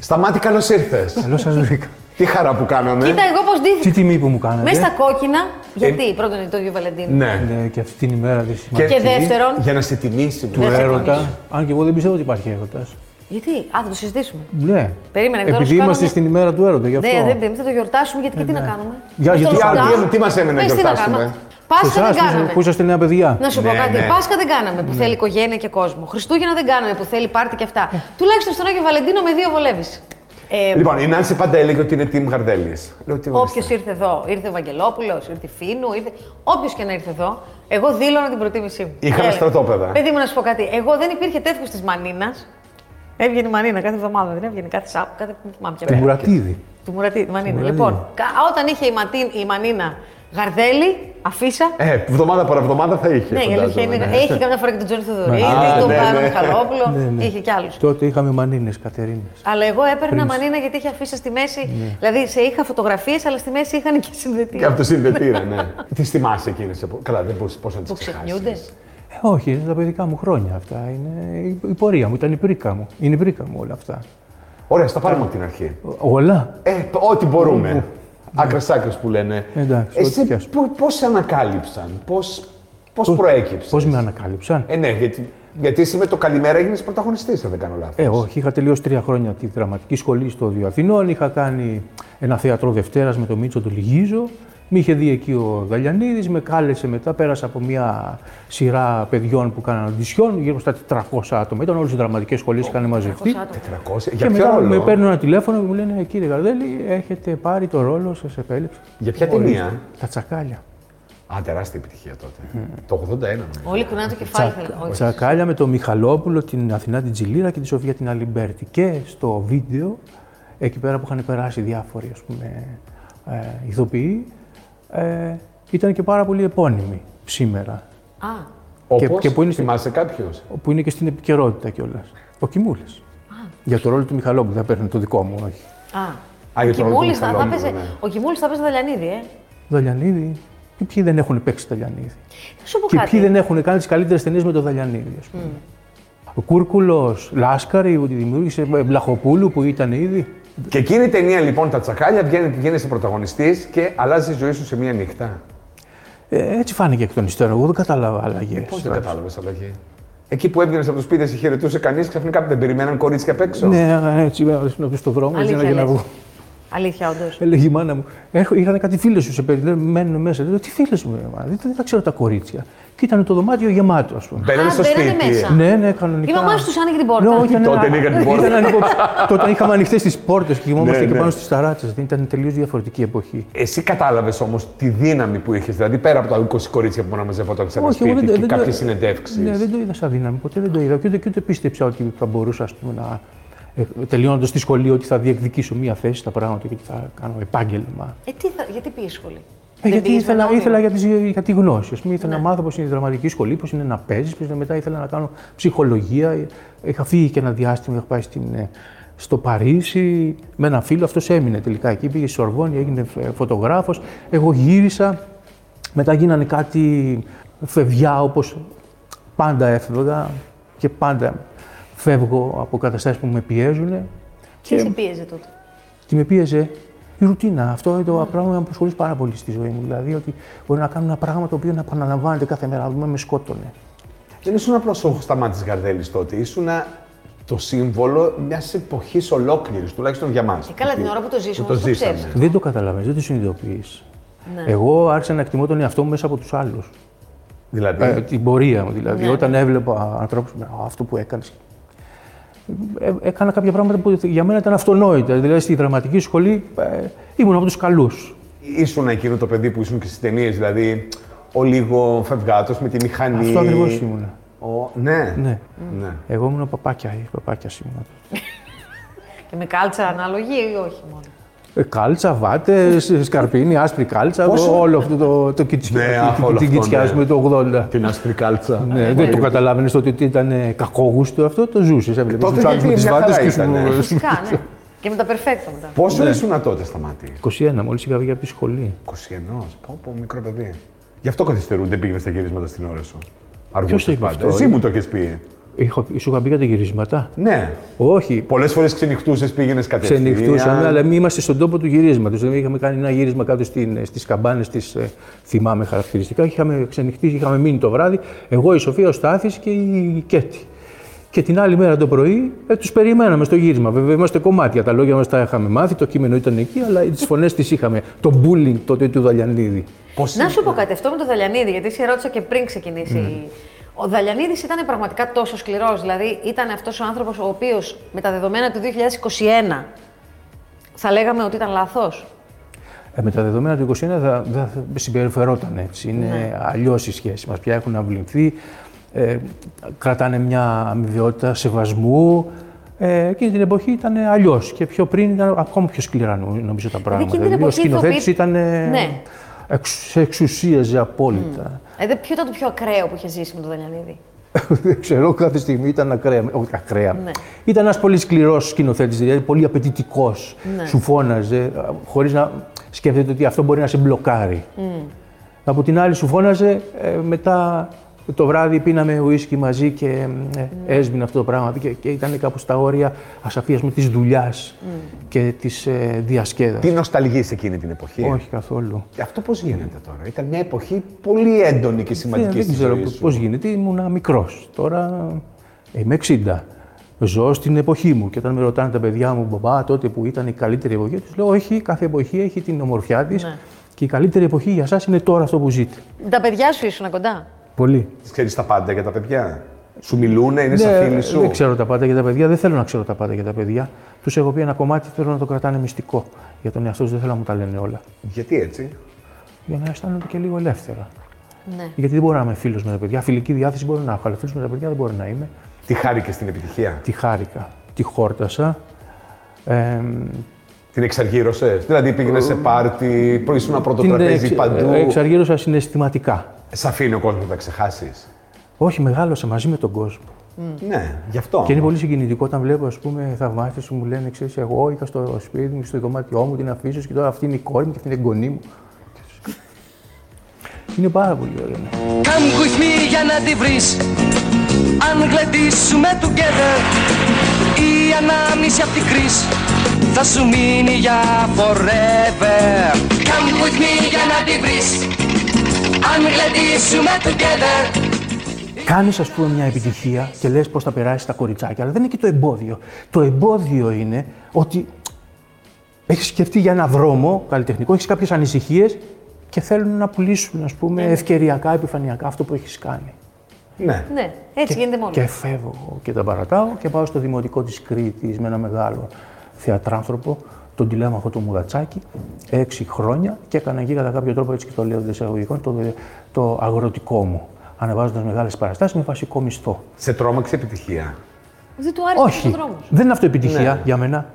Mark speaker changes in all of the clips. Speaker 1: Σταμάτη, καλώς ήρθες.
Speaker 2: Καλώς σας βρήκα.
Speaker 1: Τι χαρά που κάναμε.
Speaker 3: Κοίτα, εγώ πώς ντύθηκα.
Speaker 2: Τι ε? τιμή που μου κάνατε.
Speaker 3: Μέσα στα κόκκινα. Γιατί πρώτον είναι το ίδιο Βαλεντίνο.
Speaker 1: Ναι.
Speaker 2: Ναι, και αυτή την ημέρα τη
Speaker 3: Και
Speaker 2: σημαντική.
Speaker 3: δεύτερον.
Speaker 1: Για να σε τιμήσει
Speaker 2: Του
Speaker 1: που
Speaker 3: Δεν θα
Speaker 2: έρωτα.
Speaker 3: συμφωνήσω.
Speaker 2: Αν και εγώ δεν πιστεύω ότι υπάρχει έρωτας.
Speaker 3: Γιατί, α, θα το συζητήσουμε.
Speaker 2: Ναι.
Speaker 3: Περίμενε, τώρα
Speaker 2: Επειδή
Speaker 3: σου κάνω
Speaker 2: είμαστε
Speaker 3: μια-
Speaker 2: στην ημέρα του έρωτα, γι' αυτό. Ε, ναι.
Speaker 3: Δεν, δεν, δεν, θα το γιορτάσουμε γιατί και τι να κάνουμε.
Speaker 2: Για-
Speaker 3: Πες
Speaker 2: γιατί
Speaker 3: το
Speaker 2: τι άλλο,
Speaker 3: lockdown.
Speaker 1: τι μας έμεινε να
Speaker 3: Πες τι
Speaker 1: γιορτάσουμε.
Speaker 3: κάνουμε. Πάσχα
Speaker 2: Εσάς
Speaker 3: δεν
Speaker 2: που είσαστε-
Speaker 3: κάναμε.
Speaker 2: Που είσαστε νέα παιδιά.
Speaker 3: Να σου
Speaker 1: Ναι,
Speaker 3: πω κάτι.
Speaker 1: ναι.
Speaker 3: Πάσχα δεν κάναμε που θέλει οικογένεια και κόσμο. Χριστούγεννα δεν κάναμε που θέλει πάρτι και αυτά.
Speaker 2: Ε.
Speaker 3: Τουλάχιστον στον Άγιο Βαλεντίνο με δύο βολεύεις. Ε,
Speaker 1: Λοιπόν, η Νάνση πάντα έλεγε ότι είναι team Γαρδέλη. Λέω τι
Speaker 3: Όποιο
Speaker 1: ορίστε.
Speaker 3: ήρθε εδώ, ήρθε ο Βαγγελόπουλος, ήρθε η Φίνου, ήρθε. Όποιος και να ήρθε εδώ, εγώ δήλωνα την προτίμησή μου.
Speaker 1: Είχαμε
Speaker 3: Έλεγα.
Speaker 1: στρατόπεδα.
Speaker 3: Παιδί μου, να σου πω κάτι. Εγώ δεν υπήρχε τέτοιο της Μανίνας. Έβγαινε η Μανίνα κάθε εβδομάδα, δεν έβγαινε κάθε Σάπ, κάθε. Μ' θυμάμαι ποια
Speaker 2: Του
Speaker 3: μέρα.
Speaker 2: Μουρατίδη.
Speaker 3: Του Μουρατή, τη Μανίνα.
Speaker 2: Μουρατή.
Speaker 3: Λοιπόν, κα- όταν είχε η, Ματίν, η Μανίνα γαρδέλη, αφίσα.
Speaker 1: Ε, εβδομάδα παρά εβδομάδα θα είχε.
Speaker 3: ναι, η αλήθεια
Speaker 1: φαντάζομαι,
Speaker 3: είναι.
Speaker 1: ναι.
Speaker 3: Έχει κάποια φορά και τον Τζόνι Θοδωρή,
Speaker 1: Α,
Speaker 3: τον
Speaker 1: ναι,
Speaker 3: Παύλο
Speaker 1: ναι.
Speaker 3: Μιχαλόπουλο,
Speaker 2: Ναι, ναι.
Speaker 3: είχε κι άλλους.
Speaker 2: Τότε είχαμε μανίνες Κατερίνες.
Speaker 3: Αλλά εγώ έπαιρνα
Speaker 2: Πριν.
Speaker 3: μανίνα γιατί είχε αφήσει στη μέση.
Speaker 1: Ναι.
Speaker 3: Δηλαδή σε είχα φωτογραφίες, αλλά στη μέση είχαν και συνδετήρια.
Speaker 1: Και από το συνδετήρα, ναι. Τι θυμάσαι εκείνες. Καλά, δεν μπορούσε πώς να τις
Speaker 3: Που ξεχνιούνται.
Speaker 2: Ε, όχι, είναι τα παιδικά μου χρόνια αυτά. Είναι η- η πορεία μου, ήταν η πρίκα μου. Είναι η πρίκα μου όλα αυτά.
Speaker 1: Ωραία, στα πάρουμε από την αρχή.
Speaker 2: Όλα.
Speaker 1: Ε, ό,τι μπορούμε. Άκρε άκρε που λένε.
Speaker 2: Εντάξει, ό,τι
Speaker 1: Εσύ
Speaker 2: πιάσουμε.
Speaker 1: πώ σε ανακάλυψαν, πώς προέκυψες.
Speaker 2: Πώς με ανακάλυψαν.
Speaker 1: Ε, ναι, γιατί, γιατί εσύ με το καλημέρα έγινες πρωταγωνιστής, αν δεν κάνω λάθος.
Speaker 2: Ε, όχι, είχα τελειώσει τρία χρόνια τη δραματική σχολή στο Διο Αθηνών. Είχα κάνει ένα θέατρο Δευτέρας με τον Μίτσο τον Λιγίζο. Με είχε δει εκεί ο Γαλιανίδης, με κάλεσε μετά. Πέρασα από μια σειρά παιδιών που κάναν αντισιόν, γύρω στα 400 άτομα. Ήταν όλες οι δραματικές σχολές που είχαν μαζευτεί.
Speaker 1: 400. Για
Speaker 2: Και
Speaker 1: ποιο
Speaker 2: μετά με
Speaker 1: ρόλο.
Speaker 2: παίρνουν ένα τηλέφωνο και μου λένε: «Ε, Κύριε Γαρδέλη, έχετε πάρει το ρόλο, σας επέλεξα.
Speaker 1: Για ποια
Speaker 2: Ορίστε,
Speaker 1: ταινία?
Speaker 2: Τα τσακάλια.
Speaker 1: Α, τεράστια επιτυχία τότε. Το 81 νομίζω.
Speaker 3: Όλοι κουνάνε το κεφάλι.
Speaker 2: Τσα-
Speaker 3: θέλουν. Όχι.
Speaker 2: Τσακάλια με τον Μιχαλόπουλο, την Αθηνά την Τζιλίρα και τη Σοφία την Αλιμπέρτη. Και στο βίντεο, εκεί πέρα που είχαν περάσει διάφοροι ας πούμε, ε, ηθοποιοί, ε, ήταν και πάρα πολύ επώνυμοι σήμερα.
Speaker 3: Α,
Speaker 1: Όπως,
Speaker 2: και που είναι στη-
Speaker 1: θυμάσαι κάποιος.
Speaker 2: Που είναι και στην επικαιρότητα κιόλας. Ο Κιμούλης. Για το ρόλο του Μιχαλόπουλου, δεν παίρνει το δικό μου, όχι.
Speaker 3: α.
Speaker 1: Α, για τον
Speaker 3: Ο Κιμούλης θα,
Speaker 1: Ρωτή
Speaker 3: θα
Speaker 1: Μιχαλόπουλο,
Speaker 3: παίζει-
Speaker 1: ναι.
Speaker 3: ο Κιμούλης θα παίζει Δαλιανίδη, ε.
Speaker 2: Δαλιανίδη. Και ποιοι δεν έχουν παίξει Δαλιανίδη.
Speaker 3: Θα σου πω
Speaker 2: Και
Speaker 3: κάτι.
Speaker 2: ποιοι δεν έχουν κάνει τις καλύτερες ταινίες με τον Δαλιανίδη, ας πούμε. Ο Κούρκουλος, Λάσκαρη που τη δημιούργησε, ε, Βλαχοπούλου που ήταν ήδη.
Speaker 1: Και εκείνη η ταινία λοιπόν τα τσακάλια βγαίνει, γίνεσαι πρωταγωνιστής και αλλάζει η ζωή σου σε μία νύχτα.
Speaker 2: Ε, έτσι φάνηκε εκ των υστέρων. Εγώ δεν κατάλαβα αλλαγές.
Speaker 1: Πώ Ε, δεν κατάλαβες αλλαγή. Εκεί που έβγαινες από το σπίτι, σε χαιρετούσε κανείς, ξαφνικά δεν περιμέναν κορίτσια απ' έξω.
Speaker 2: ναι, έτσι να πει στον δρόμο, έτσι
Speaker 3: Αλήθεια
Speaker 2: να Ε.
Speaker 3: λες.
Speaker 2: βγω.
Speaker 3: Αλήθεια, όντως.
Speaker 2: Έλεγε η μάνα μου, έρχο, είχαν κάτι φίλες σου σε περιμένουν μένουν μέσα. Λέω, τι φίλες μου, ρε, μάνα, δεν, δεν τα ξέρω τα κορίτσια. Και ήταν το δωμάτιο γεμάτο, ας πούμε.
Speaker 1: Μπαίνανε
Speaker 3: Α,
Speaker 1: στο
Speaker 3: μπαίνανε
Speaker 1: σπίτι.
Speaker 3: μέσα.
Speaker 2: Ναι, ναι, κανονικά.
Speaker 3: Η μαμά σου τους άνοιγε την πόρτα.
Speaker 2: Ναι, όχι, ήταν
Speaker 1: Τότε
Speaker 2: ένα-
Speaker 1: ανοίγαν την πόρτα.
Speaker 2: ήταν ανοιχτό- Τότε είχαμε ανοιχτές τις πόρτες και κοιμόμαστε
Speaker 1: Ναι,
Speaker 2: και
Speaker 1: ναι.
Speaker 2: πάνω στις ταράτσες. Δεν ήταν τελείως διαφορετική εποχή.
Speaker 1: Εσύ κατάλαβες όμως τη δύναμη που είχες, δηλαδή πέρα από τα 20 κορίτσια που να μαζευόταν σε ένα σπίτι και
Speaker 2: το-
Speaker 1: κάποιες συνεντεύξεις.
Speaker 2: Ναι, δεν το είδα σαν δύναμη. Ποτέ δεν το είδα. Και ούτε, και ούτε πίστεψα ότι θα μπορούσα ας πούμε, να. Ε, τελειώνοντας τη σχολή, ότι θα διεκδικήσω μία θέση στα πράγματα και ότι θα κάνω επάγγελμα.
Speaker 3: Ε, τι θα, γιατί πήγες σχολή.
Speaker 2: Ε,
Speaker 3: Δεν
Speaker 2: γιατί
Speaker 3: πήγες με
Speaker 2: ήθελα,
Speaker 3: νόμιμο.
Speaker 2: ήθελα για, τις, για τη γνώση. Ας πούμε, ήθελα να μάθω πώς είναι η δραματική σχολή, πώς είναι να παίζεις, πώς είναι μετά ήθελα να κάνω ψυχολογία. Είχα φύγει και ένα διάστημα, είχα πάει στην, ε, στο Παρίσι με ένα φίλο. Αυτός έμεινε τελικά εκεί. Πήγε στη Σορβόνη, έγινε φωτογράφος. Εγώ γύρισα. Μετά γίνανε κάτι φευγιά όπως πάντα έφευγα και πάντα φεύγω από καταστάσεις που με πιέζουν.
Speaker 3: Τι σε πίεζε τότε.
Speaker 2: Τι με πίεζε η ρουτίνα. Αυτό είναι το πράγμα που με απασχολεί πάρα πολύ στη ζωή μου. Δηλαδή ότι μπορεί να κάνω ένα πράγμα το οποίο να επαναλαμβάνεται κάθε μέρα. Δηλαδή με σκότωνε.
Speaker 1: Δεν ήσουν απλώ ο Σταμάτη Γαρδέλης τότε. Ήσουν το σύμβολο μιας εποχής ολόκληρης, τουλάχιστον για μας.
Speaker 3: Ε, καλά, την ώρα που το ζήσουμε,
Speaker 1: το
Speaker 3: όμως το
Speaker 1: ζήσαμε.
Speaker 3: ξέρεις.
Speaker 2: Δεν το καταλαβαίνεις, δεν το συνειδητοποιείς.
Speaker 3: Ναι.
Speaker 2: Εγώ άρχισα να εκτιμώ τον εαυτό μου μέσα από τους άλλους.
Speaker 1: Δηλαδή,
Speaker 2: Ε, την πορεία μου δηλαδή.
Speaker 3: Ναι.
Speaker 2: Όταν έβλεπα ανθρώπους, αυτό που έκανες. έκανα κάποια πράγματα που για μένα ήταν αυτονόητα. Δηλαδή στη δραματική σχολή ε, ήμουν από τους καλούς.
Speaker 1: ήσουν εκείνο το παιδί που ήσουν και στις ταινίες, δηλαδή ο λίγο φευγάτος με τη μηχανή.
Speaker 2: Αυτό ακριβώς ήμουνα.
Speaker 1: Ο... Ναι.
Speaker 2: Ναι.
Speaker 1: ναι.
Speaker 2: Εγώ ήμουν παπάκια, παπάκιας ήμουνα.
Speaker 3: Και με κάλτσα ανάλογη ή όχι μόνο.
Speaker 2: Ε, Κάλτσα, βάτε, σκαρπίνι, άσπρη κάλτσα,
Speaker 1: Πόσο?
Speaker 2: όλο αυτό το, το κιτσι-
Speaker 1: Ναι,
Speaker 2: τη-
Speaker 1: αχ, όλο
Speaker 2: την
Speaker 1: αυτό,
Speaker 2: κιτσιά
Speaker 1: ναι.
Speaker 2: με το 80.
Speaker 1: Την άσπρη κάλτσα.
Speaker 2: Ναι, δεν το καταλάβαινε ότι ήταν ε, κακόγουστο αυτό, το ζούσες. Έβλεπες
Speaker 1: τότε
Speaker 2: τους άλλου
Speaker 1: γιατί
Speaker 2: με τις
Speaker 1: μια
Speaker 2: βάτες
Speaker 1: χαρά
Speaker 2: και Ναι.
Speaker 1: ήταν, ναι.
Speaker 2: σου.
Speaker 3: Φυσικά, ναι. Και με τα perfecta μετά.
Speaker 1: Πόσο ήσουν τότε στα μάτια.
Speaker 2: 21, μόλις είχα βγει από τη σχολή.
Speaker 1: 21. Πω, πω, μικρό παιδί. Γι' αυτό καθυστερούν, δεν πήγαινε στα γυρίσματα στην ώρα σου. Αργούσε
Speaker 2: το είπε
Speaker 1: πάντα.
Speaker 2: αυτό,
Speaker 1: Εσύ
Speaker 2: ε?
Speaker 1: μου το έχεις πει.
Speaker 2: Είχα, σου είχα πει για τα γυρίσματα.
Speaker 1: Ναι.
Speaker 2: Όχι.
Speaker 1: Πολλές φορές ξενυχτούσες, πήγαινες κατευθείαν.
Speaker 2: Ξενυχτούσαμε, αλλά εμείς είμαστε στον τόπο του γυρίσματος. Δηλαδή, είχαμε κάνει ένα γύρισμα κάτω ε, στις καμπάνες της, ε, θυμάμαι χαρακτηριστικά. Είχαμε ξενυχτήσει, είχαμε μείνει το βράδυ. Εγώ, η Σοφία, ο Στάθης και η Κέτη. Και την άλλη μέρα το πρωί ε, τους περιμέναμε στο γύρισμα. Βέβαια, είμαστε κομμάτια. Τα λόγια μας τα είχαμε μάθει, το κείμενο ήταν εκεί, αλλά τις φωνές τις είχαμε. Το bullying τότε του Δαλιανίδη.
Speaker 1: Πώς...
Speaker 3: Να σου πω κάτι, αυτό με τον Δαλιανίδη, γιατί σε ρώτησα και πριν
Speaker 2: Ναι.
Speaker 3: ξεκινήσει. Ο Δαλιανίδης ήταν πραγματικά τόσο σκληρός. Δηλαδή, ήταν αυτός ο άνθρωπος ο οποίος με τα δεδομένα του 2021 θα λέγαμε ότι ήταν λάθος.
Speaker 2: Ε, με τα δεδομένα του 2021 δεν θα, θα συμπεριφερόταν έτσι. Είναι ναι. αλλιώς οι σχέσει μας. Πια έχουν αυλυνθεί. Ε, κρατάνε μια αμοιβαιότητα σεβασμού. Ε, εκείνη την εποχή ήταν αλλιώς. Και πιο πριν ήταν ακόμα πιο σκληρά νο- νομίζω τα πράγματα. Δηλαδή,
Speaker 3: την
Speaker 2: ο
Speaker 3: εποχή
Speaker 2: σκηνοθέτης
Speaker 3: ηθοποιοί-
Speaker 2: ήταν. ε,
Speaker 3: Ναι.
Speaker 2: εξ- εξουσίαζε απόλυτα.
Speaker 3: Ε, δε- ποιο ήταν το πιο ακραίο που είχε ζήσει με τον Δαλιανίδη.
Speaker 2: Δεν ξέρω, κάθε στιγμή ήταν ακραία. Όχι ακραία.
Speaker 3: Ναι.
Speaker 2: Ήταν ένας πολύ σκληρός σκηνοθέτης, δηλαδή πολύ απαιτητικός.
Speaker 3: Ναι.
Speaker 2: Σου φώναζε, χωρίς να σκέφτεται ότι αυτό μπορεί να σε μπλοκάρει. Από την άλλη, σου φώναζε ε, μετά το βράδυ πίναμε ουίσκι μαζί και ε,
Speaker 3: Ναι.
Speaker 2: έσβηνε αυτό το πράγμα και, και ήταν κάπου στα όρια ασαφίας μου της δουλειάς και της ε, διασκέδασης.
Speaker 1: Τι νοσταλγείς εκείνη την εποχή.
Speaker 2: Όχι καθόλου.
Speaker 1: Και αυτό πώς γίνεται τώρα. Ήταν μια εποχή πολύ έντονη και
Speaker 2: Ε, Δεν,
Speaker 1: σημαντική
Speaker 2: δεν
Speaker 1: στη
Speaker 2: ξέρω
Speaker 1: ζωή σου.
Speaker 2: πώς γίνεται. Ήμουν μικρός. Τώρα ε, είμαι 60. Ζω στην εποχή μου. Και όταν με ρωτάνε τα παιδιά μου, μπαμπά, τότε που ήταν η καλύτερη εποχή, τους λέω: Όχι, κάθε εποχή έχει την ομορφιά της. Και η καλύτερη εποχή για εσά είναι τώρα αυτό που ζείτε.
Speaker 3: Τα παιδιά σου ήσουν κοντά.
Speaker 2: Πολύ.
Speaker 1: Ξέρεις τα πάντα για τα παιδιά. Σου μιλούνε, είναι σαν
Speaker 2: Ναι,
Speaker 1: φίλοι σου.
Speaker 2: Δεν ξέρω τα πάντα για τα παιδιά, δεν θέλω να ξέρω τα πάντα για τα παιδιά. Τους έχω πει ένα κομμάτι, θέλω να το κρατάνε μυστικό. Για τον εαυτό τους δεν θέλω να μου τα λένε όλα.
Speaker 1: Γιατί έτσι.
Speaker 2: Για να αισθάνονται και λίγο ελεύθερα.
Speaker 3: Ναι.
Speaker 2: Γιατί δεν μπορώ να είμαι φίλος με τα παιδιά. Φιλική διάθεση μπορώ να έχω, αλλά φίλος με τα παιδιά δεν μπορώ να είμαι.
Speaker 1: Τη χάρη και στην επιτυχία.
Speaker 2: τη χάρηκα, τη χόρτασα. Ε,
Speaker 1: Την εξαργύρωσες. Δηλαδή πήγαινε σε πάρτι, πρωί ήσουν πρώτο τραπέζι
Speaker 2: εξ-
Speaker 1: παντού.
Speaker 2: ε, εξαργύρωσα συναισθηματικά.
Speaker 1: Σε αφήνει ο κόσμος να τα ξεχάσεις.
Speaker 2: Όχι, μεγάλωσα μαζί με τον κόσμο.
Speaker 1: Ναι, γι' αυτό.
Speaker 2: Mm. Και είναι πολύ συγκινητικό όταν βλέπω, ας πούμε, θαυμάστες που μου λένε, ξέρεις, εγώ είχα στο σπίτι μου, στο δωμάτιό μου, την αφήσω και τώρα αυτή είναι η κόρη μου και αυτή είναι η εγγονή μου. Είναι πάρα πολύ ωραίο. ναι.
Speaker 4: Come with me για να τη βρεις Αν γλεντήσουμε together Η ανάμνηση απ' την κρίση Θα σου μείνει για forever Come with me για να τη βρεις Αν γλεντήσουμε together
Speaker 2: Κάνεις, ας πούμε, μια επιτυχία και λες πώς θα περάσεις τα κοριτσάκια, αλλά δεν είναι και το εμπόδιο. Το εμπόδιο είναι ότι έχεις σκεφτεί για ένα δρόμο καλλιτεχνικό, έχεις κάποιες ανησυχίες και θέλουν να πουλήσουν, ας πούμε,
Speaker 3: Ναι.
Speaker 2: ευκαιριακά, επιφανειακά αυτό που έχεις κάνει.
Speaker 1: Ναι.
Speaker 3: Ναι, έτσι γίνεται μόνο.
Speaker 2: Και φεύγω εγώ και τα παρατάω και πάω στο δημοτικό της Κρήτης με ένα μεγάλο θεατράνθρωπο, τον τηλέμαχο του Μουρατσάκη, έξι χρόνια και έκανα εκεί κατά κάποιο τρόπο, έτσι και το λέω εντό εισαγωγικών, το, το αγροτικό μου. Ανεβάζοντας μεγάλες παραστάσεις με βασικό μισθό.
Speaker 1: Σε τρόμαξε επιτυχία.
Speaker 3: Δεν του άρεσε αυτός ο
Speaker 2: Όχι.
Speaker 3: δρόμος.
Speaker 2: Δεν είναι αυτό
Speaker 1: Ναι.
Speaker 2: επιτυχία για μένα.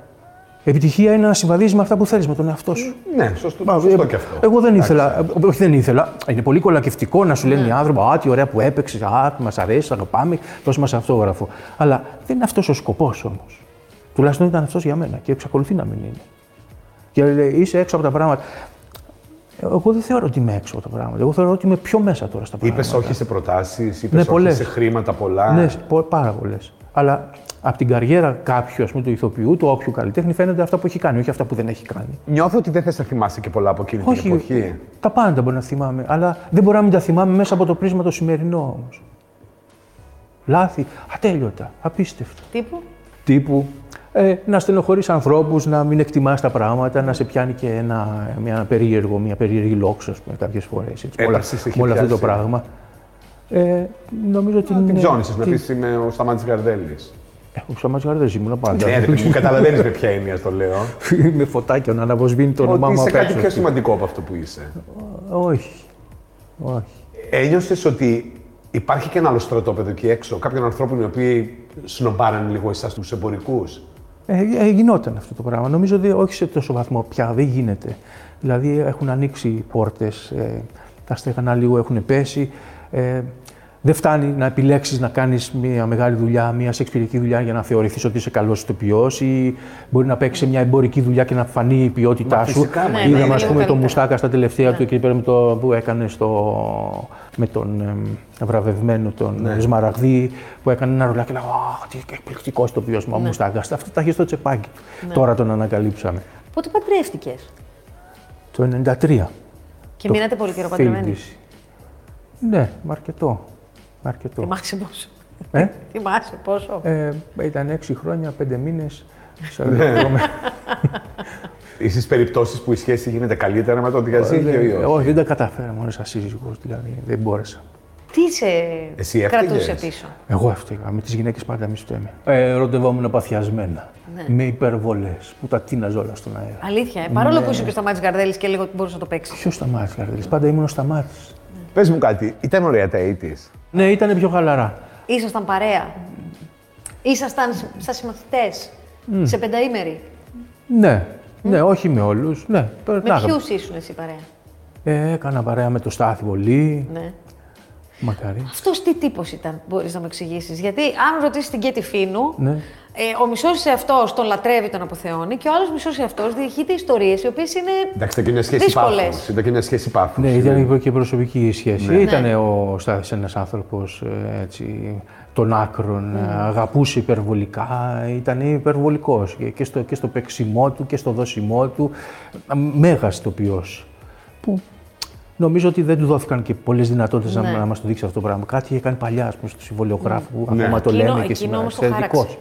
Speaker 2: Επιτυχία είναι να συμβαδίζεις με αυτά που θέλεις, με τον εαυτό σου.
Speaker 1: Ναι, σωστό,
Speaker 2: Μα,
Speaker 1: σωστό
Speaker 2: ε,
Speaker 1: και αυτό.
Speaker 2: Εγώ δεν ήθελα. ε, Όχι, δεν ήθελα. Είναι πολύ κολακευτικό να σου λένε οι άνθρωποι: Α, τι ωραία που έπαιξες. Α, μας αρέσει, θα το πάμε. Δώσε μας αυτόγραφο. Αλλά δεν είναι αυτός ο σκοπός όμως. Τουλάχιστον ήταν αυτός για μένα και εξακολουθεί να μην είναι. Και λέει, είσαι έξω από τα πράγματα. Εγώ δεν θεωρώ ότι είμαι έξω από τα πράγματα. Εγώ θεωρώ ότι είμαι πιο μέσα τώρα στα
Speaker 1: Είπες
Speaker 2: πράγματα.
Speaker 1: όχι σε προτάσεις, είπε
Speaker 2: Ναι,
Speaker 1: όχι
Speaker 2: πολλές.
Speaker 1: σε χρήματα πολλά.
Speaker 2: Ναι, πο- πάρα πολλές. Αλλά από την καριέρα κάποιου, ας πούμε, του ηθοποιού, του όποιου καλλιτέχνη, φαίνονται αυτά που έχει κάνει, όχι αυτά που δεν έχει κάνει.
Speaker 1: Νιώθω ότι δεν θα σε θυμάσαι και πολλά από εκείνη την εποχή.
Speaker 2: τα πάντα μπορεί να θυμάμαι, αλλά δεν μπορώ να μην τα θυμάμαι μέσα από το πρίσμα το σημερινό όμως. Λάθη, ατέλειωτα, απίστευτα.
Speaker 3: Τύπου.
Speaker 2: Τύπου ε, να στενοχωρείς ανθρώπους, να μην εκτιμάς τα πράγματα, να σε πιάνει και ένα, μια περίεργο, μια περίεργη λόξος, ας πούμε, κάποιες φορές, έτσι, με όλα-
Speaker 1: Ένταση σε έχει
Speaker 2: με όλο αυτό το
Speaker 1: πιάσεις.
Speaker 2: πράγμα. Ε, νομίζω ότι
Speaker 1: Την
Speaker 2: είναι-
Speaker 1: ψώνησε να
Speaker 2: τι-
Speaker 1: πει είμαι ο Σταμάτης Γαρδέλης.
Speaker 2: Ε, Ο Σταμάτης Γαρδές ήμουν πάντα.
Speaker 1: Ναι, ρε παιδί μου, καταλαβαίνεις με ποια έννοια το λέω.
Speaker 2: με φωτάκια να αναβοσβήνει το όνομά
Speaker 1: ότι
Speaker 2: μου
Speaker 1: είσαι
Speaker 2: απ'
Speaker 1: κάτι
Speaker 2: έξω.
Speaker 1: πιο σημαντικό από αυτό που είσαι.
Speaker 2: Όχι. Όχι.
Speaker 1: Ένιωσες ότι υπάρχει και ένα άλλο στρατόπεδο εκεί έξω, κάποιων ανθρώπων οι οποίοι σνομπάραν λίγο εσάς τους εμπορικούς.
Speaker 2: Ε, ε, γινόταν αυτό το πράγμα. Νομίζω ότι όχι σε τόσο βαθμό πια, δεν γίνεται. Δηλαδή έχουν ανοίξει οι πόρτες, ε, τα στέγανα λίγο έχουν πέσει. Ε, Δεν φτάνει να επιλέξεις να κάνεις μια μεγάλη δουλειά, μια σεξπυρική δουλειά για να θεωρηθείς ότι είσαι καλός ηθοποιός, ή μπορεί να παίξεις μια εμπορική δουλειά και να φανεί η ποιότητά
Speaker 1: Μα
Speaker 2: σου.
Speaker 1: φυσικά, μα είναι
Speaker 2: Είδαμε,
Speaker 3: λίγο
Speaker 2: ας πούμε, το
Speaker 3: καλύτερα.
Speaker 2: Μουστάκα στα
Speaker 3: Ναι.
Speaker 2: τελευταία του εκεί πέρα με το, που έκανε στο, με τον εμ, βραβευμένο τον Σμαραγδί, που έκανε ένα ρολάκι. Λέω, Αχ, τι εκπληκτικό ηθοποιός
Speaker 3: Ναι.
Speaker 2: μου ο Μουστάκας. Αυτά τα είχε στο τσεπάκι του. Τώρα τον ανακαλύψαμε.
Speaker 3: Πότε παντρεύτηκες
Speaker 2: Το 93.
Speaker 3: και
Speaker 2: Το
Speaker 3: μείνατε πολύ καιρό
Speaker 2: Field
Speaker 3: παντρεμένοι.
Speaker 2: Dish. Ναι, με αρκετό. Με αρκετό.
Speaker 3: Θυμάσαι πόσο.
Speaker 2: Ε?
Speaker 3: Θυμάσαι πόσο.
Speaker 2: Ε, ήταν έξι χρόνια, πέντε μήνες, 40 χρόνια.
Speaker 1: Είσαι περιπτώσεις που η σχέση γίνεται καλύτερα με το διαζύγιο ή
Speaker 2: Δεν-
Speaker 1: όχι.
Speaker 2: Ε, Όχι, δεν τα καταφέραμε μόνος σαν σύζυγος, δηλαδή δεν μπόρεσα.
Speaker 3: Τι σε
Speaker 1: Εσύ
Speaker 3: κρατούσε
Speaker 1: έφταιγες?
Speaker 3: πίσω.
Speaker 2: Εγώ έφταιγα, με τις γυναίκες πάντα εμείς φταίμε. Ε, ροντεβόμουν παθιασμένα,
Speaker 3: Ναι.
Speaker 2: με υπερβολές που τα τίναζα όλα στον αέρα.
Speaker 3: Αλήθεια, ε, παρόλο που είσαι και ο Σταμάτης Γκαρδέλη και λέγω ότι μπορούσε να το παίξεις.
Speaker 2: Ποιος σταμάτησε, δηλαδή. Πάντα ήμουν σταμάτης.
Speaker 1: Πες μου κάτι, ήταν ωραία τα 80s.
Speaker 2: Ναι, ήταν πιο χαλαρά.
Speaker 3: Ήσασταν παρέα. Ήσασταν σ- σαν συμμαθητές. Σε πενταήμερη.
Speaker 2: Ναι, ναι, όχι με όλους. Ναι,
Speaker 3: Με
Speaker 2: περνάγαμε.
Speaker 3: ποιους ήσουν εσύ παρέα.
Speaker 2: Ε, έκανα παρέα με το Στάθη Βολή,
Speaker 3: Ναι.
Speaker 2: μακάρι.
Speaker 3: Αυτός τι τύπος ήταν, μπορείς να μου εξηγήσεις. Γιατί αν ρωτήσεις την Κέτη Φίνου,
Speaker 2: Ναι.
Speaker 3: ε, ο μισός εαυτό τον λατρεύει, τον αποθεώνει και ο άλλος μισός εαυτό διηγείται ιστορίες οι οποίες είναι.
Speaker 1: Εντάξει, ήταν και μια σχέση
Speaker 3: Δύσκολες.
Speaker 1: πάθους. Ήταν και μια σχέση πάθους.
Speaker 2: Ναι, ήταν και προσωπική η σχέση.
Speaker 1: Ναι.
Speaker 2: Ήταν ο Στάθης ένας άνθρωπος ε, έτσι, των
Speaker 3: Ναι.
Speaker 2: άκρων, ε, αγαπούσε υπερβολικά, ήταν υπερβολικός και- και στο, και στο παίξιμό του και στο δώσιμό του, ε, μέγας τοπιός. Που νομίζω ότι δεν του δώθηκαν και πολλές δυνατότητες να,
Speaker 3: Ναι.
Speaker 2: να μας το δείξει αυτό το πράγμα. Κάτι έκανε παλιά, ας πούμε, στο συμβολιογράφο που
Speaker 1: Ναι.
Speaker 2: ακόμα το
Speaker 3: Εκείνο-
Speaker 2: λένε και
Speaker 3: εκείνο
Speaker 2: σήμερα,
Speaker 3: όμως το χάραξε.
Speaker 2: εξαιρετικός.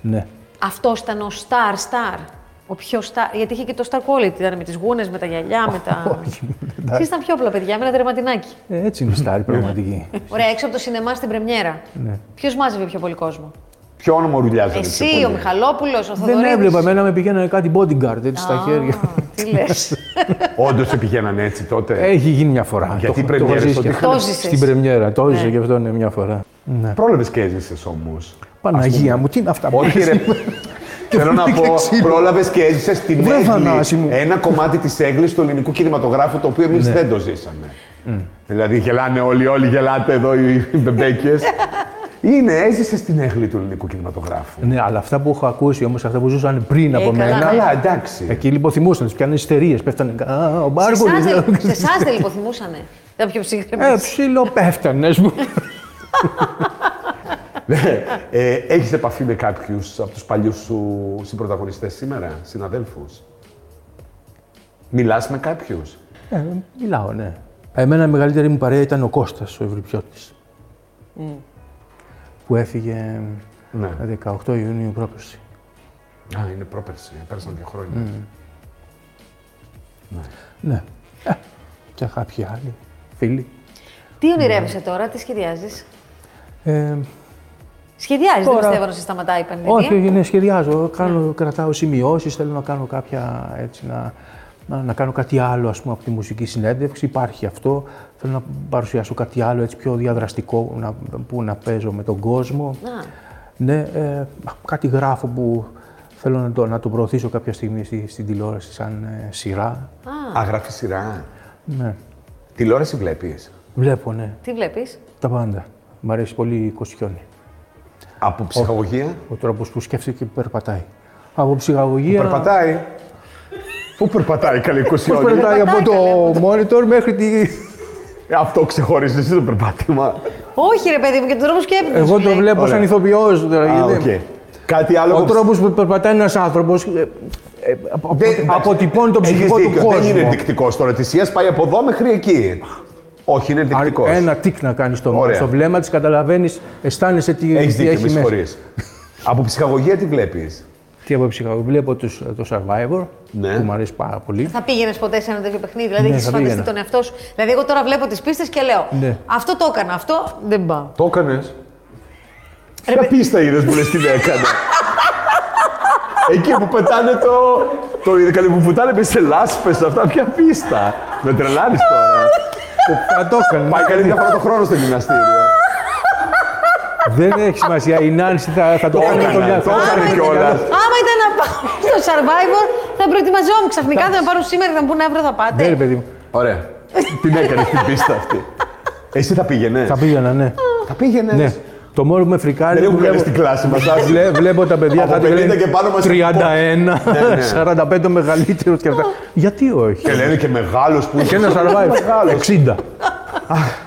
Speaker 2: Ναι.
Speaker 3: Αυτό ήταν ο star star. Ο πιο star. Γιατί είχε και το star quality. Ήταν με τις γούνες, με τα γυαλιά, με τα. Εσείς ήταν πιο απλά παιδιά, με ένα τερματινάκι.
Speaker 2: Ε, Έτσι είναι η
Speaker 3: Ναι.
Speaker 2: στάρη πραγματική.
Speaker 3: Ωραία, έξω από το σινεμά στην πρεμιέρα.
Speaker 2: Ναι.
Speaker 3: Ποιος μάζευε πιο πολύ κόσμο.
Speaker 1: Ποιο όνομα ρουλιάζανε. πιο
Speaker 3: Εσύ,
Speaker 1: πολύ?
Speaker 3: ο Μιχαλόπουλος, ο
Speaker 2: Δεν
Speaker 3: Θοδωρίδης.
Speaker 2: έβλεπα, εμένα με πηγαίνανε κάτι bodyguard έτσι στα
Speaker 3: Α,
Speaker 2: χέρια.
Speaker 3: Τι λες.
Speaker 1: Όντως σε πηγαίνανε έτσι τότε.
Speaker 2: Έχει γίνει μια φορά.
Speaker 1: Γιατί
Speaker 2: Το- το
Speaker 1: πρεμιέρες
Speaker 2: έχω ζήσει
Speaker 1: ότι
Speaker 2: και
Speaker 1: είχαν-
Speaker 2: αυτό.
Speaker 3: Το ζήσες.
Speaker 2: Στην πρεμιέρα. Το έζησε
Speaker 3: Ναι.
Speaker 2: και αυτό είναι μια φορά. Ναι.
Speaker 1: Πρόλαβες και έζησες όμως.
Speaker 2: Ε, Παναγία μου, τι είναι αυτά που
Speaker 1: Όχι, ρε. Θέλω να πω, πρόλαβες και έζησες την
Speaker 2: Βρε, Θανάση
Speaker 1: έγκλη.
Speaker 2: μου. Ναι.
Speaker 1: Ένα κομμάτι της έγκλη του ελληνικού κινηματογράφου το οποίο εμείς δεν το ζήσαμε. Δηλαδή γελάνε όλοι, όλοι γελάτε εδώ οι μπεμπέκες. Είναι, έζησε την έγκλη του ελληνικού κινηματογράφου. Ε,
Speaker 2: Ναι, αλλά αυτά που έχω ακούσει όμως, αυτά που ζούσαν πριν από
Speaker 3: καλά,
Speaker 2: μένα.
Speaker 3: ναι.
Speaker 1: Καλά, εντάξει.
Speaker 2: Εκεί λοιπόν λιποθυμούσαν, τους πιάνανε ιστερίες, πέφτανε. Α, ο Μπάρμπολη.
Speaker 3: ε, Σε εσάς δεν λιποθυμούσανε. Ήταν πιο
Speaker 2: Ε,
Speaker 3: ψύχρεμοι.
Speaker 2: ψηλό πέφτανε, ας πούμε.
Speaker 1: Ναι. ε, Έχεις επαφή με κάποιους από τους παλιούς σου συμπροταγωνιστές σήμερα, συναδέλφους. Μιλάς με κάποιους.
Speaker 2: Ε, Μιλάω, ναι. Εμένα η μεγαλύτερη μου παρέα ήταν ο Κώστας, ο Ευρυπιώτης. Που έφυγε
Speaker 1: Ναι.
Speaker 2: 18 Ιουνίου πρόπερση.
Speaker 1: Α, είναι πρόπερση, ε, πέρασαν δύο χρόνια.
Speaker 2: Ναι. Ε, και κάποιοι άλλοι, φίλοι.
Speaker 3: Τι ονειρεύεσαι τώρα, τι σχεδιάζεις.
Speaker 2: Ε,
Speaker 3: Σχεδιάζεις, δεν
Speaker 2: Τώρα-
Speaker 3: πιστεύω να σε σταματάει η πανδημία.
Speaker 2: όχι, ναι, σχεδιάζω. Κάνω, κρατάω σημειώσεις, θέλω να κάνω κάποια έτσι να, να, να κάνω κάτι άλλο ας πούμε από τη μουσική συνέντευξη, υπάρχει αυτό. Θέλω να παρουσιάσω κάτι άλλο έτσι πιο διαδραστικό να, που να παίζω με τον κόσμο.
Speaker 3: Να.
Speaker 2: Ναι, ε, κάτι γράφω που θέλω να το, να το προωθήσω κάποια στιγμή στη- στην τηλεόραση σαν ε, σειρά.
Speaker 1: Α, γράφεις σειρά.
Speaker 2: Ναι,
Speaker 1: Τηλεόραση βλέπεις.
Speaker 2: βλέπω ναι,
Speaker 3: Τι βλέπεις.
Speaker 2: τα πάντα. Μ' αρέσει πολύ η Κοσιόνη.
Speaker 1: Από ψυχαγωγία.
Speaker 2: Ο τρόπος που σκέφτεται και που περπατάει. Από ψυχαγωγία...
Speaker 1: Περπατάει. Πού περπατάει, καλή
Speaker 2: Πώς
Speaker 1: κουσιόνι.
Speaker 2: περπατάει από το monitor μέχρι τη...
Speaker 1: Αυτό ξεχωρίζει εσύ το περπάτημα.
Speaker 3: Όχι, ρε παιδί μου, και τον τρόπο σκέπτεται.
Speaker 2: Εγώ το βλέπω σαν ηθοποιός. δηλαδή,
Speaker 1: Α,
Speaker 2: δεν-
Speaker 1: οκ. Κάτι άλλο.
Speaker 2: Ο
Speaker 1: που-
Speaker 2: τρόπος που περπατάει ένας άνθρωπος ε, ε, απο-
Speaker 1: Δεν- εντάξει,
Speaker 2: αποτυπώνει το
Speaker 1: έχεις
Speaker 2: ψυχικό του
Speaker 1: δίκιο, Δεν είναι
Speaker 2: κόσμο.
Speaker 1: ενδεικτικός τώρα. Της ΙΕΣ πάει από εδώ μέχρι εκεί. Όχι, είναι
Speaker 2: Αρ-
Speaker 1: ενδεικτικός.
Speaker 2: Ένα τικ να κάνεις στο,
Speaker 1: Ωραία.
Speaker 2: στο βλέμμα της, καταλαβαίνεις, αισθάνεσαι τι,
Speaker 1: Έχεις
Speaker 2: τι
Speaker 1: δίκιο, με
Speaker 2: έχει μέσα.
Speaker 1: συγχωρείς. από ψυχαγωγία τι βλέπεις.
Speaker 2: Τι από ψυχαγωγία. Βλέπω τους, ε, το Survivor
Speaker 1: Ναι.
Speaker 2: που μου αρέσει πάρα πολύ.
Speaker 3: Θα πήγαινες ποτέ σε ένα τέτοιο παιχνίδι, δηλαδή
Speaker 2: Ναι,
Speaker 3: έχεις
Speaker 2: θα
Speaker 3: φανταστεί
Speaker 2: πήγαινα.
Speaker 3: τον εαυτό σου. Δηλαδή, εγώ τώρα βλέπω τις πίστες και λέω
Speaker 2: Ναι.
Speaker 3: Αυτό το έκανα, αυτό δεν πάω.
Speaker 1: Το έκανες. Ποια πίστα είδες που λες την έκανα. Εκεί που πετάνε το. το καλή που βουτάνε μες σε λάσπες αυτά, ποια πίστα. Με τρελάνεις τώρα.
Speaker 2: Θα το έκανα.
Speaker 1: Πάει καλή μια φορά το χρόνο στο γυμναστήριο.
Speaker 2: Δεν έχει σημασία. Η Νάνση θα, θα το
Speaker 1: Το
Speaker 2: κάνει
Speaker 1: έκανα,
Speaker 2: τον
Speaker 1: το
Speaker 2: εαυτό.
Speaker 1: έκανε κιόλας.
Speaker 3: Άμα ήταν να πάω στο survivor, θα προετοιμαζόμουν ξαφνικά. Θα με πάρουν σήμερα και θα μου πούνε αύριο θα πάτε.
Speaker 2: Ναι, ρε παιδί μου.
Speaker 1: Ωραία. Την έκανες την πίστα αυτή. Εσύ θα πήγαινες.
Speaker 2: Θα πήγαινα, ναι.
Speaker 1: Θα πήγαινες.
Speaker 2: Ναι. Το μόνο που με φρικάρει.
Speaker 1: Δεν
Speaker 2: είναι
Speaker 1: έχουν
Speaker 2: που
Speaker 1: κάνει
Speaker 2: βλέπω-
Speaker 1: στην κλάση μα.
Speaker 2: Βλέ- βλέπω τα παιδιά
Speaker 1: Από
Speaker 2: κάτι
Speaker 1: 50
Speaker 2: λένε
Speaker 1: και πάνω μας
Speaker 2: 31,
Speaker 1: Ναι, ναι.
Speaker 2: 45 μεγαλύτερο και αυτά. Γιατί όχι.
Speaker 1: Και λένε και μεγάλος που
Speaker 2: Και
Speaker 1: είσαι.
Speaker 2: ένα survive. 60.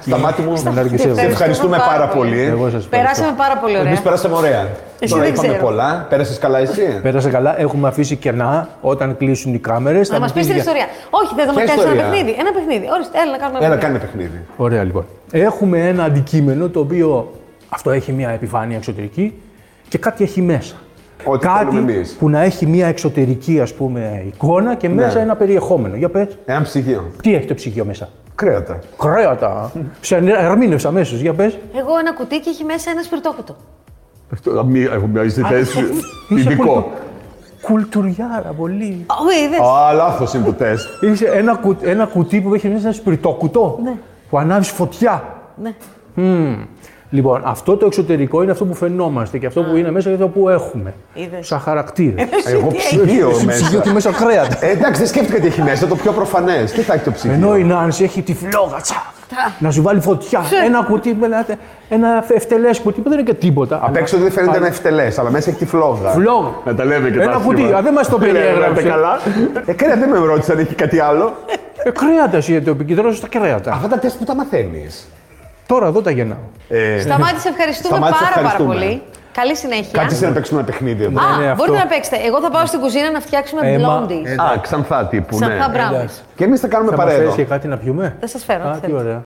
Speaker 1: Στα μάτια μου.
Speaker 2: Ναργισεύω.
Speaker 1: Σε ευχαριστούμε πάρα πολύ.
Speaker 2: Εγώ σας ευχαριστώ.
Speaker 3: Περάσαμε πάρα πολύ ωραία.
Speaker 1: Εμείς περάσαμε ωραία.
Speaker 3: Εσύ
Speaker 1: Τώρα
Speaker 3: δεν
Speaker 1: είπαμε
Speaker 3: ξέρω.
Speaker 1: πολλά. Πέρασε καλά εσύ.
Speaker 2: Πέρασε καλά. Έχουμε αφήσει κενά όταν κλείσουν οι κάμερες. θα
Speaker 3: Να μα
Speaker 2: μου
Speaker 3: πει
Speaker 2: πεις
Speaker 3: την
Speaker 2: για-
Speaker 3: ιστορία. Όχι, δεν θα μας
Speaker 1: Ποια
Speaker 3: κάνει ένα
Speaker 1: ιστορία?
Speaker 3: παιχνίδι. Ένα παιχνίδι. Ορίστε, έλα να κάνουμε ένα
Speaker 1: Έλα,
Speaker 3: παιχνίδι.
Speaker 1: κάνε παιχνίδι.
Speaker 2: Ωραία λοιπόν. Έχουμε ένα αντικείμενο το οποίο αυτό έχει μια επιφάνεια εξωτερική και κάτι έχει μέσα.
Speaker 1: Ό,τι
Speaker 2: κάτι
Speaker 1: θέλουμε εμείς. Ναι.
Speaker 2: που να έχει μια εξωτερική ας πούμε εικόνα και μέσα ένα περιεχόμενο. Για πες,
Speaker 1: Ένα ψυγείο.
Speaker 2: τι έχει το ψυγείο μέσα.
Speaker 1: Κρέατα.
Speaker 2: Κρέατα. Σε ερμήνευσα αμέσως. Για πες.
Speaker 3: Εγώ ένα κουτί και έχει μέσα ένας σπιρτόκουτο.
Speaker 1: Έχω μια στη θέση.
Speaker 2: Είσαι
Speaker 1: Ειδικό.
Speaker 2: κουλτου- Κουλτουριάρα πολύ.
Speaker 3: Όχι, είδες.
Speaker 1: Α, λάθος είναι το τεστ.
Speaker 2: Είσαι ένα, κου- ένα κουτί που έχει μέσα ένας σπιρτόκουτο
Speaker 3: Ναι.
Speaker 2: που ανάβεις φωτιά.
Speaker 3: Ναι.
Speaker 2: Λοιπόν, αυτό το εξωτερικό είναι αυτό που φαινόμαστε και αυτό που είναι μέσα και αυτό που έχουμε.
Speaker 3: Είδες.
Speaker 2: Σαν χαρακτήρα.
Speaker 1: Εγώ ψυγείο μέσα.
Speaker 2: και μέσα κρέατα.
Speaker 1: Ε, εντάξει, δεν σκέφτηκα τι έχει μέσα, το πιο προφανές. Τι θα έχει το ψυγείο.
Speaker 2: Ενώ η Νάνση έχει τη φλόγατσα. Να σου βάλει φωτιά. Ένα κουτί, με ένα, ένα ευτελέ κουτί που δεν είναι και τίποτα.
Speaker 1: Απ' έξω δεν φαίνεται ένα ευτελέ, αλλά μέσα έχει τη φλόγα.
Speaker 2: Φλόγα.
Speaker 1: Να τα λέμε και
Speaker 2: Ένα
Speaker 1: τα
Speaker 2: κουτί,
Speaker 1: άσχημα.
Speaker 2: α, δεν μας το
Speaker 1: λέμε,
Speaker 2: περιέγραψε.
Speaker 1: τα καλά. Ε, κρέα, δεν με ρώτησε αν έχει κάτι άλλο.
Speaker 2: Ε, κρέατας είναι το επικεντρώνεσαι στα κρέατα.
Speaker 1: Αυτά τα τεστ που τα μαθαίνεις.
Speaker 2: Τώρα εδώ τα γεννάω.
Speaker 1: Ε,
Speaker 3: Σταμάτη, σε ευχαριστούμε
Speaker 1: Σταμάτη, σε
Speaker 3: πάρα, πάρα
Speaker 1: ευχαριστούμε.
Speaker 3: πολύ. Καλή συνέχεια.
Speaker 1: Κάτσε να παίξουμε ένα παιχνίδι εδώ.
Speaker 3: Α,
Speaker 2: Ναι, ναι,
Speaker 3: μπορείτε
Speaker 2: αυτό.
Speaker 3: να παίξετε. Εγώ θα πάω στην κουζίνα να φτιάξουμε
Speaker 2: Ε, μα-
Speaker 3: blondies.
Speaker 1: Α, ξανθά τύπου,
Speaker 3: Σαν
Speaker 1: ναι.
Speaker 3: θα μπράβο.
Speaker 2: εντάξει.
Speaker 1: Και εμείς θα κάνουμε
Speaker 2: Θα μας
Speaker 1: Ε, παρέα
Speaker 2: φέρεις και
Speaker 1: εδώ.
Speaker 2: κάτι να πιούμε.
Speaker 3: Θα σας φέρω,
Speaker 2: Α,
Speaker 3: ό,τι
Speaker 2: τι
Speaker 3: θέλετε.
Speaker 2: ωραία.